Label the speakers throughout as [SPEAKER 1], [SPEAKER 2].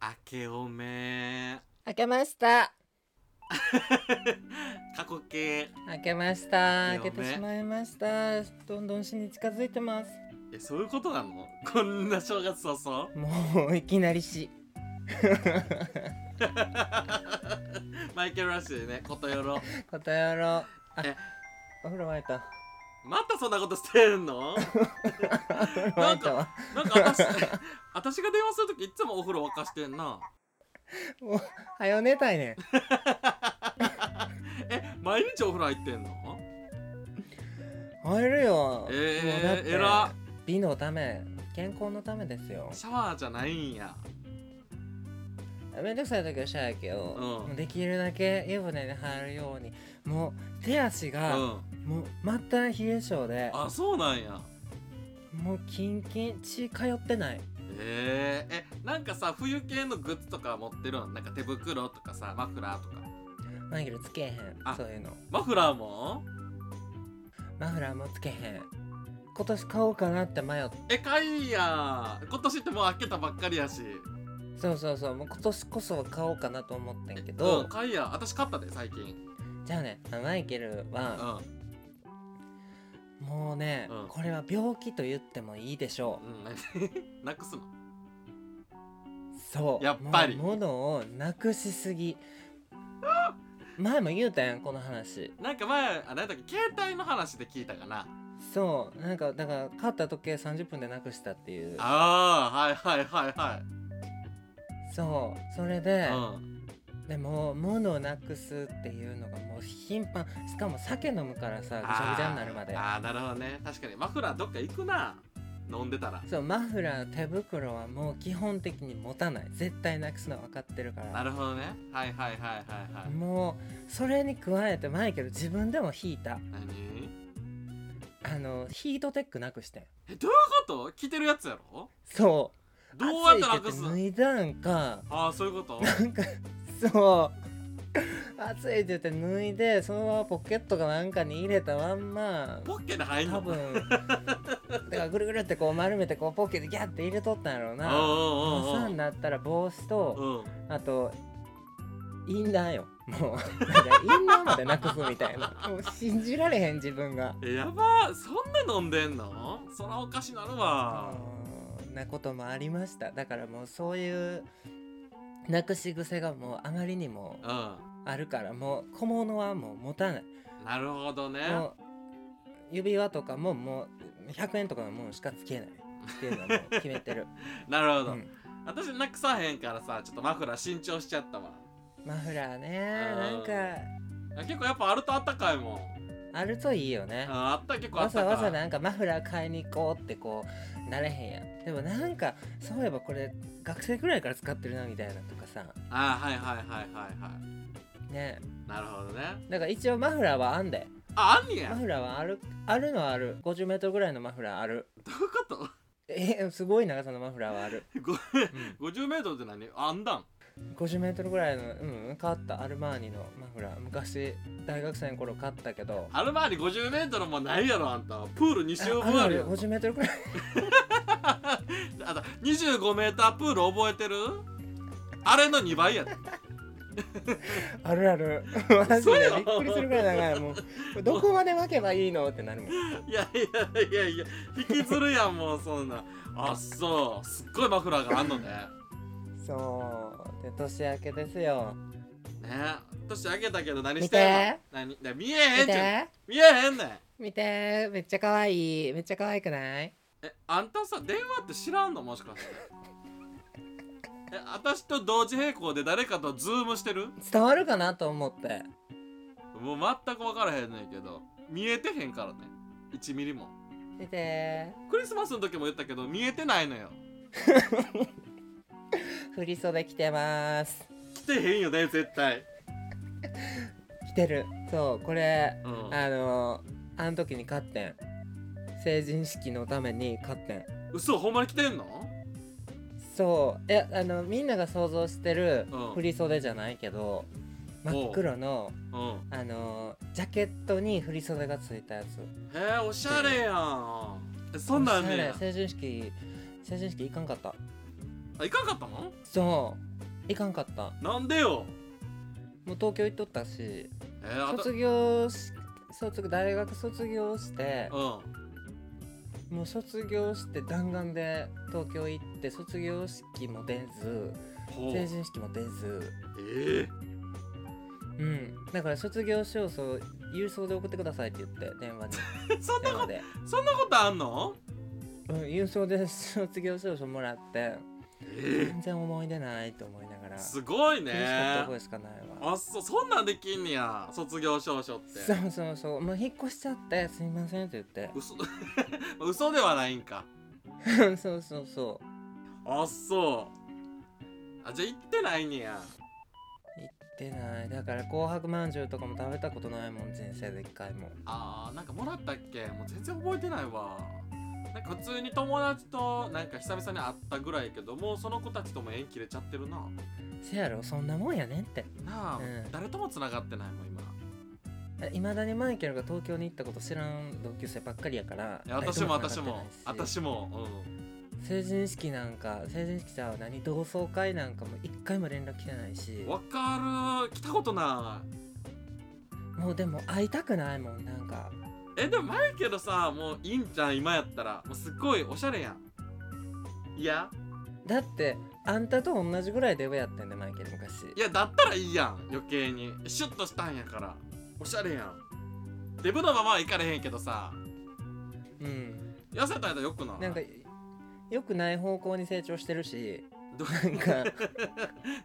[SPEAKER 1] 明けおめ
[SPEAKER 2] 開けました
[SPEAKER 1] 過去形
[SPEAKER 2] 開けました
[SPEAKER 1] 明
[SPEAKER 2] 開
[SPEAKER 1] けおめ
[SPEAKER 2] けてしまいましたどんどん死に近づいてます
[SPEAKER 1] えそういうことなのこんな正月早々
[SPEAKER 2] もういきなり死
[SPEAKER 1] マイケル・ラッシュでねことよろ
[SPEAKER 2] ことやろうあ
[SPEAKER 1] え
[SPEAKER 2] お風呂沸いた
[SPEAKER 1] またそんなことしてんの
[SPEAKER 2] お風呂沸いたわ
[SPEAKER 1] なんか私 私が電話するときいつもお風呂沸かしてんな
[SPEAKER 2] もうはよ寝たいね
[SPEAKER 1] え毎日お風呂入ってんの
[SPEAKER 2] ん入るよ
[SPEAKER 1] えー
[SPEAKER 2] もうだって
[SPEAKER 1] えら
[SPEAKER 2] 美のため健康のためですよ
[SPEAKER 1] シャワーじゃないんや
[SPEAKER 2] めんどくさい時はシャワーやけど、
[SPEAKER 1] うん
[SPEAKER 2] もうできるだけ湯船に入るようにもう手足
[SPEAKER 1] う
[SPEAKER 2] が、
[SPEAKER 1] ん
[SPEAKER 2] もう末端冷え性で
[SPEAKER 1] あそうなんや
[SPEAKER 2] もうキンキン血通ってない
[SPEAKER 1] えー、えなんかさ冬系のグッズとか持ってるのなんか手袋とかさマフラーとか
[SPEAKER 2] マイケルつけへん
[SPEAKER 1] あ
[SPEAKER 2] そういうの
[SPEAKER 1] マフラーも
[SPEAKER 2] マフラーもつけへん今年買おうかなって迷って
[SPEAKER 1] えかいやん今年ってもう開けたばっかりやし
[SPEAKER 2] そうそうそうもう今年こそは買おうかなと思ってんけ
[SPEAKER 1] うん
[SPEAKER 2] ど、
[SPEAKER 1] かいやん私買ったで最近
[SPEAKER 2] じゃあねあのマイケル
[SPEAKER 1] う
[SPEAKER 2] は、
[SPEAKER 1] ん
[SPEAKER 2] もうね、
[SPEAKER 1] うん
[SPEAKER 2] これは病気と言ってもいいでしょ
[SPEAKER 1] うん何なくすの
[SPEAKER 2] うそう
[SPEAKER 1] やっぱり
[SPEAKER 2] もう物をなくしすぎ前も言うたやんこの話
[SPEAKER 1] なんか前あ何だっけ携帯の話で聞いたかな
[SPEAKER 2] そうなんかだから買った時計30分でなくしたっていう
[SPEAKER 1] ああはいはいはいはい、
[SPEAKER 2] そうそれで、
[SPEAKER 1] うん
[SPEAKER 2] でも物をなくすっていうのがもう頻繁しかも酒飲むからさぐちゃぐちゃになるまで
[SPEAKER 1] あーあーなるほどね確かにマフラーどっか行くな飲んでたら
[SPEAKER 2] そうマフラー手袋はもう基本的に持たない絶対なくすのは分かってるか
[SPEAKER 1] な
[SPEAKER 2] ら
[SPEAKER 1] るほどねはいはいはいはいはい
[SPEAKER 2] もうそれに加えてマイケル自分でも引いた
[SPEAKER 1] 何
[SPEAKER 2] あのヒートテックなくしてん
[SPEAKER 1] えどういうこと着てるやつやろ
[SPEAKER 2] そ
[SPEAKER 1] ど
[SPEAKER 2] う
[SPEAKER 1] うやってなく
[SPEAKER 2] 暑い
[SPEAKER 1] す
[SPEAKER 2] って
[SPEAKER 1] の
[SPEAKER 2] 脱いだんか
[SPEAKER 1] ああそういうこと
[SPEAKER 2] なんかそう暑いって言って脱いでそのままポケットかなんかに入れたまんま
[SPEAKER 1] ポッケで入ん
[SPEAKER 2] 多
[SPEAKER 1] の
[SPEAKER 2] 分だからぐるぐるってこう丸めてこうポッケでギャッて入れとったんやろうな
[SPEAKER 1] お
[SPEAKER 2] 朝
[SPEAKER 1] うおうおう
[SPEAKER 2] になったら帽子と
[SPEAKER 1] うん
[SPEAKER 2] あとインナーよもうなんかインナーまでなくすみた いなもう信じられへん自分が
[SPEAKER 1] えやばそんな飲んでんのそらおかしなるわ
[SPEAKER 2] うんなこともありましただからもうそういうなくし癖がもうあまりにも
[SPEAKER 1] うん
[SPEAKER 2] あるからもう小物はもう持たない
[SPEAKER 1] なるほどね
[SPEAKER 2] もう指輪とかももう100円とかのものしかつけないっていうのはもう決 めてる、
[SPEAKER 1] なるほ
[SPEAKER 2] う
[SPEAKER 1] ど、
[SPEAKER 2] ん
[SPEAKER 1] 私なくさへんからさちょっとマフラー新調しちゃったわ
[SPEAKER 2] マフラー
[SPEAKER 1] う
[SPEAKER 2] ね
[SPEAKER 1] ん
[SPEAKER 2] なんか
[SPEAKER 1] 結構やっぱあるとあったかいもん
[SPEAKER 2] あるといいよね
[SPEAKER 1] ああった結構あ
[SPEAKER 2] わ
[SPEAKER 1] った
[SPEAKER 2] ざ
[SPEAKER 1] かい
[SPEAKER 2] わざなんかマフラー買いに行こうってこうなれへんやんでもなんかそういえばこれ学生くらいから使ってるなみたいなとかさ
[SPEAKER 1] あーはいはいはいはいはい
[SPEAKER 2] ね
[SPEAKER 1] なるほどね
[SPEAKER 2] だから一応マフラーはあんで
[SPEAKER 1] ああんねや
[SPEAKER 2] マ
[SPEAKER 1] どうい
[SPEAKER 2] フラーはあるあるのはある 50m ぐらいのマフラーある
[SPEAKER 1] うこと
[SPEAKER 2] えすごい長さのマフラーはある、
[SPEAKER 1] ご
[SPEAKER 2] うん、
[SPEAKER 1] 50メートルって何あんだん
[SPEAKER 2] 50m ぐらいのうん買ったアルマーニのマフラー昔大学生の頃買ったけど
[SPEAKER 1] アルマーニ50メートルもないやろあんたプール2周分
[SPEAKER 2] あ
[SPEAKER 1] あ
[SPEAKER 2] る
[SPEAKER 1] る
[SPEAKER 2] ある
[SPEAKER 1] よ
[SPEAKER 2] 50m くらい
[SPEAKER 1] あと25メータープール覚えてるあれの2倍やで
[SPEAKER 2] あるある マジ
[SPEAKER 1] 嘘
[SPEAKER 2] で
[SPEAKER 1] やろ
[SPEAKER 2] びっくりするぐらい長いもうこれどこまで分けばいいのってなるもん
[SPEAKER 1] いやいやいやいや引きずるやんもうそんなあそうすっごいマフラーがあんのね
[SPEAKER 2] そうで年明けですよ
[SPEAKER 1] ね年明けたけど何
[SPEAKER 2] 見
[SPEAKER 1] してんの
[SPEAKER 2] て
[SPEAKER 1] 何ね見えへ
[SPEAKER 2] 見
[SPEAKER 1] んじゃん
[SPEAKER 2] て
[SPEAKER 1] 見えへんねん
[SPEAKER 2] 見てめっちゃ可愛いめっちゃ可愛くない
[SPEAKER 1] えあんたさ電話って知らんのもしかしてえ私と同時並行で誰かとズームしてる
[SPEAKER 2] 伝わるかなと思って
[SPEAKER 1] もう全く分からへんねんけど見えてへんからね1ミリも
[SPEAKER 2] 見て
[SPEAKER 1] クリスマスの時も言ったけど見えてないのよ
[SPEAKER 2] 振り袖着てます
[SPEAKER 1] 来てへんよね絶対
[SPEAKER 2] 着てるそうこれ
[SPEAKER 1] うん
[SPEAKER 2] あのあの時に買ってん成人式のために買ってん
[SPEAKER 1] 嘘ほんまに来てんの
[SPEAKER 2] そうえあのみんなが想像してる
[SPEAKER 1] うん
[SPEAKER 2] 振り袖じゃないけど真っ黒の
[SPEAKER 1] うん
[SPEAKER 2] あのジャケットに振り袖がついたやつ
[SPEAKER 1] へえおしゃれやんえそんなんあんね
[SPEAKER 2] おしゃ
[SPEAKER 1] や
[SPEAKER 2] れ成人式成人式行かんかった
[SPEAKER 1] あいかんかったの
[SPEAKER 2] そう行かんかった
[SPEAKER 1] なんでよ
[SPEAKER 2] もう東京行っとったし
[SPEAKER 1] えー、あた
[SPEAKER 2] 卒業し卒大学卒業して
[SPEAKER 1] う
[SPEAKER 2] もう卒業して弾丸で東京行って卒業式も出ず
[SPEAKER 1] んほう
[SPEAKER 2] 成
[SPEAKER 1] え
[SPEAKER 2] 人式も出ず
[SPEAKER 1] え
[SPEAKER 2] うんだから卒業証書郵送で送ってくださいって言って電話に
[SPEAKER 1] そんな
[SPEAKER 2] 電
[SPEAKER 1] こ
[SPEAKER 2] 話
[SPEAKER 1] と
[SPEAKER 2] で、
[SPEAKER 1] そんなことあんの
[SPEAKER 2] うん、郵送で卒業証書もらって
[SPEAKER 1] え
[SPEAKER 2] 全然思い出ないと思いながら
[SPEAKER 1] え
[SPEAKER 2] 悔し
[SPEAKER 1] すごい
[SPEAKER 2] かった
[SPEAKER 1] ね
[SPEAKER 2] 覚えしかないわ
[SPEAKER 1] あそそんなんできんねや卒業証書って
[SPEAKER 2] そうそうそうもう引っ越しちゃってすみませんって言って
[SPEAKER 1] 嘘 嘘ではないんか
[SPEAKER 2] そうそうそう
[SPEAKER 1] あそうあじゃあ行ってないねや
[SPEAKER 2] 出ないだから紅白まんじゅうとかも食べたことないもん人生で一回も
[SPEAKER 1] あーなんかもらったっけもう全然覚えてないわなんか普通に友達となんか久々に会ったぐらいやけどもうその子たちとも縁切れちゃってるな
[SPEAKER 2] せやろそんなもんやねんって
[SPEAKER 1] なあ、
[SPEAKER 2] うん
[SPEAKER 1] 誰とも繋がってないもん今
[SPEAKER 2] いまだにマイケルが東京に行ったこと知らん同級生ばっかりやから
[SPEAKER 1] いや私も
[SPEAKER 2] 誰
[SPEAKER 1] 私
[SPEAKER 2] と
[SPEAKER 1] も
[SPEAKER 2] 繋がってないし
[SPEAKER 1] 私もうん
[SPEAKER 2] 成人式なんか成人式じゃあ何同窓会なんかも一回も連絡来てないし
[SPEAKER 1] わかる来たことない
[SPEAKER 2] もうでも会いたくないもんなんか
[SPEAKER 1] えでも前けどさもうインちゃん今やったらもうすっごいおしゃれやんいや
[SPEAKER 2] だってあんたと同じぐらいで上やってんでマイケル昔
[SPEAKER 1] いやだったらいいやん余計にシュッとしたんやからおしゃれやんデブのままはいかれへんけどさ
[SPEAKER 2] うん
[SPEAKER 1] 痩せたやつよくない
[SPEAKER 2] なんかよくない方向に成長してるし
[SPEAKER 1] ど
[SPEAKER 2] なんか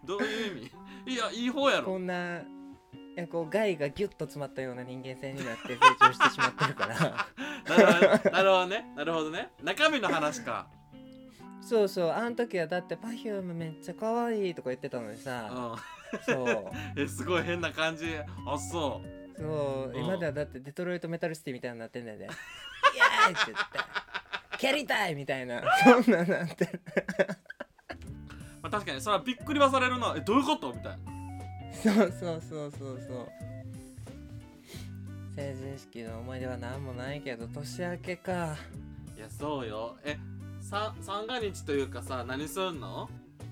[SPEAKER 1] どういう意 味いやいい方や
[SPEAKER 2] こ
[SPEAKER 1] ろ
[SPEAKER 2] んないやこう害がギュッと詰まったような人間性になって成長してしまってるから
[SPEAKER 1] なるほどなるほどねなるほどね中身の話か
[SPEAKER 2] そうそうあん時はだって Perfume めっちゃ可愛いとか言ってたのに
[SPEAKER 1] う
[SPEAKER 2] さ
[SPEAKER 1] ん
[SPEAKER 2] そう
[SPEAKER 1] えすごい変な感じあそ
[SPEAKER 2] そう、
[SPEAKER 1] うん
[SPEAKER 2] 今ではだってデトロイトメタルシティみたいになってんだよねイエーイって言って蹴りたいみたいなそんなんなんて
[SPEAKER 1] う、まあ、確かにそれはびっくりはされるなえどういうことみたいな
[SPEAKER 2] そうそうそうそうそう成人式の思い出は何もないけど年明けか
[SPEAKER 1] いやそうよえさ三が日というかさ何すんの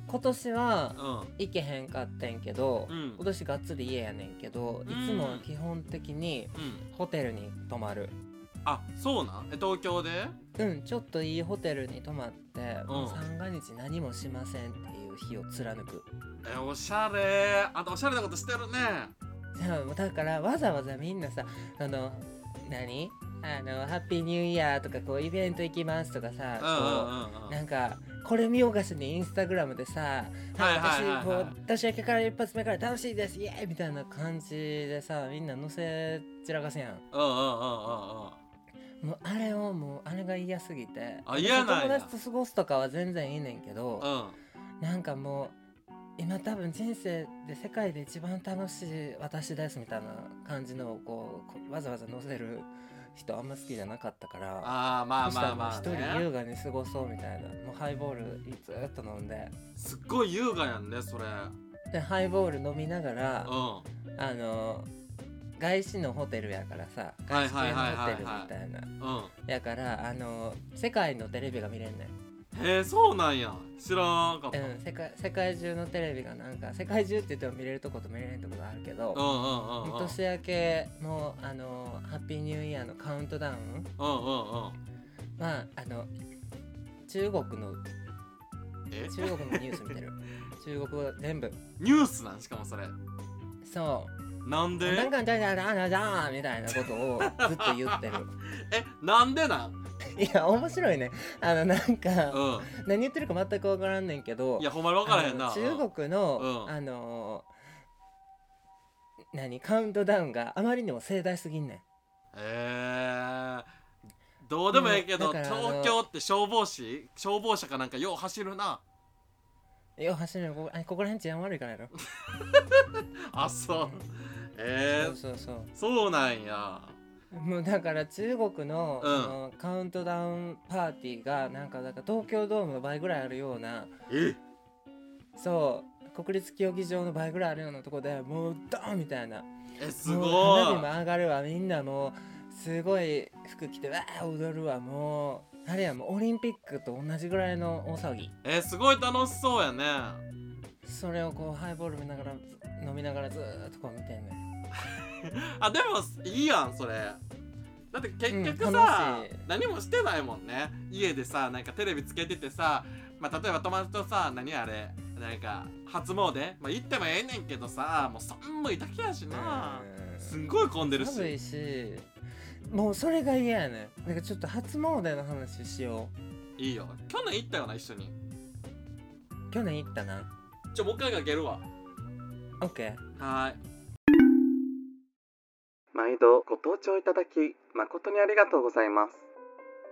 [SPEAKER 2] 今年は
[SPEAKER 1] う
[SPEAKER 2] 行けへんかってんけど、
[SPEAKER 1] うん
[SPEAKER 2] 今年がっつり家やねんけど、いつもは基本的に
[SPEAKER 1] んうん
[SPEAKER 2] ホテルに泊まる
[SPEAKER 1] あそうなんえ東京で
[SPEAKER 2] うんちょっといいホテルに泊まって、
[SPEAKER 1] う
[SPEAKER 2] もう
[SPEAKER 1] ん
[SPEAKER 2] 三が日何もしませんっていう日を貫く
[SPEAKER 1] えおしゃれあんたおしゃれなことしてるね
[SPEAKER 2] じゃあだからわざわざみんなさあの何あのハッピーニューイヤーとかこうイベント行きますとかさ、
[SPEAKER 1] うんうん
[SPEAKER 2] こ
[SPEAKER 1] うん
[SPEAKER 2] う
[SPEAKER 1] うん
[SPEAKER 2] なんかこれ見よがしにインスタグラムでさ「
[SPEAKER 1] はいはいはい
[SPEAKER 2] 私こ
[SPEAKER 1] はいう
[SPEAKER 2] 年明けから一発目から楽しいですイエーイ!」みたいな感じでさみんな載せ散らかすやん
[SPEAKER 1] うんうんうんうんうん
[SPEAKER 2] もうあれをもうあれが嫌すぎて
[SPEAKER 1] あ嫌なんや
[SPEAKER 2] 友達と過ごすとかは全然いいねんけど、
[SPEAKER 1] うん
[SPEAKER 2] なんかもう今多分人生で世界で一番楽しい私ですみたいな感じのをこうこうわざわざ載せる人あんま好きじゃなかったから
[SPEAKER 1] ああまあ
[SPEAKER 2] そした
[SPEAKER 1] ま
[SPEAKER 2] ら
[SPEAKER 1] あ
[SPEAKER 2] もう
[SPEAKER 1] まあ、
[SPEAKER 2] 一
[SPEAKER 1] ね、
[SPEAKER 2] 人優雅に過ごそうみたいなもうハイボールずっと飲んです
[SPEAKER 1] っごい優雅やんねそれ
[SPEAKER 2] でハイボール飲みながら
[SPEAKER 1] う
[SPEAKER 2] あの外資のホテルやからさ
[SPEAKER 1] はい
[SPEAKER 2] 外資
[SPEAKER 1] はい
[SPEAKER 2] 系の
[SPEAKER 1] はい
[SPEAKER 2] ホ
[SPEAKER 1] はい
[SPEAKER 2] テルみ
[SPEAKER 1] はい
[SPEAKER 2] たいなん
[SPEAKER 1] うん
[SPEAKER 2] やからあの世界のテレビが見れんねん
[SPEAKER 1] へえそうなんや知らんかった、うん、うん
[SPEAKER 2] うん世界世界中のテレビがなんか世界中って言っても見れるとこと見れないとことあるけど
[SPEAKER 1] うんうんうん
[SPEAKER 2] 年明けのあのハッピーニューイヤーのカウントダウン
[SPEAKER 1] うんうんうん
[SPEAKER 2] はあの中国の
[SPEAKER 1] え
[SPEAKER 2] 中国のニュース見てる 中国語全部
[SPEAKER 1] ニュースなんしかもそれ
[SPEAKER 2] そ
[SPEAKER 1] なん
[SPEAKER 2] うなん
[SPEAKER 1] で
[SPEAKER 2] かじゃじゃじゃじゃみたいなことをずっと言って
[SPEAKER 1] えなんでなん
[SPEAKER 2] るいや面白いねあのなん
[SPEAKER 1] う
[SPEAKER 2] か
[SPEAKER 1] ん
[SPEAKER 2] 何言ってるか全く分からんねんけど
[SPEAKER 1] いやほんまに分からへんな
[SPEAKER 2] あの中国の、
[SPEAKER 1] うん
[SPEAKER 2] あの何カウントダウンがあまりにも盛大すぎんねん
[SPEAKER 1] えー、どうでもええけど、
[SPEAKER 2] でもだからあの
[SPEAKER 1] 東京って消防士消防車かなんかよう走るな
[SPEAKER 2] よう走るのここあここら辺治安悪いからやろ、
[SPEAKER 1] あそうえー、
[SPEAKER 2] そうそうそう
[SPEAKER 1] そうなんや
[SPEAKER 2] もうだから中国の,、
[SPEAKER 1] うん
[SPEAKER 2] そのカウントダウンパーティーがなんかだから東京ドームの倍ぐらいあるような
[SPEAKER 1] え
[SPEAKER 2] そう国立競技場の倍ぐらいあるようなとこでもうドーンみたいな
[SPEAKER 1] えす
[SPEAKER 2] も
[SPEAKER 1] ごいう
[SPEAKER 2] 花火も上がるわみんなもうすごい服着てわあ踊るわもうあれやもうオリンピックと同じぐらいの大騒ぎ
[SPEAKER 1] えすごい楽しそうやね
[SPEAKER 2] それをこうハイボール見ながら飲みながらずーっとこう見てんねん
[SPEAKER 1] あでもいいやんそれだって結局
[SPEAKER 2] うん
[SPEAKER 1] さ、
[SPEAKER 2] 楽しい
[SPEAKER 1] 何もしてないもんね家でさなんかテレビつけててさ、まあ、例えば友達とさ何あれなんか初詣、まあ、行ってもええねんけどさもう寒いだけやしな
[SPEAKER 2] うん
[SPEAKER 1] すんごい混んでるし
[SPEAKER 2] 寒いしもうそれが嫌やねんなんかちょっと初詣の話しよ
[SPEAKER 1] いいよ去年行ったよな一緒に
[SPEAKER 2] う去年行ったな
[SPEAKER 1] ちょもう一回かけるわ
[SPEAKER 2] OK
[SPEAKER 1] はーい
[SPEAKER 3] 毎度ご登聴いただき誠にありがとうございます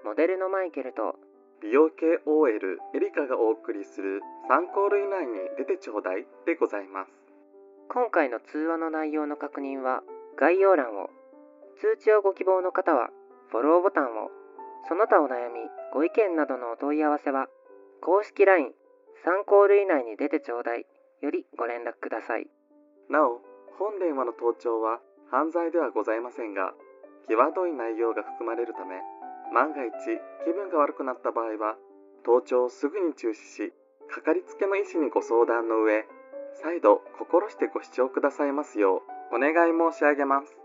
[SPEAKER 4] モデルのマイケルと
[SPEAKER 3] 美容系 OL エリカがお送りする参考類以内に出てちょうだいでございます
[SPEAKER 4] 今回の通話の内容の確認は概要欄を通知をご希望の方はフォローボタンをその他お悩みご意見などのお問い合わせは公式 LINE 参考類内に出てちょうだいよりご連絡ください
[SPEAKER 3] なお本電話の盗聴は犯罪ではございませんが際どい内容が含まれるため万が一気分が悪くなった場合は盗聴をすぐに中止しかかりつけの医師にご相談の上再度心してご視聴くださいますようお願い申し上げます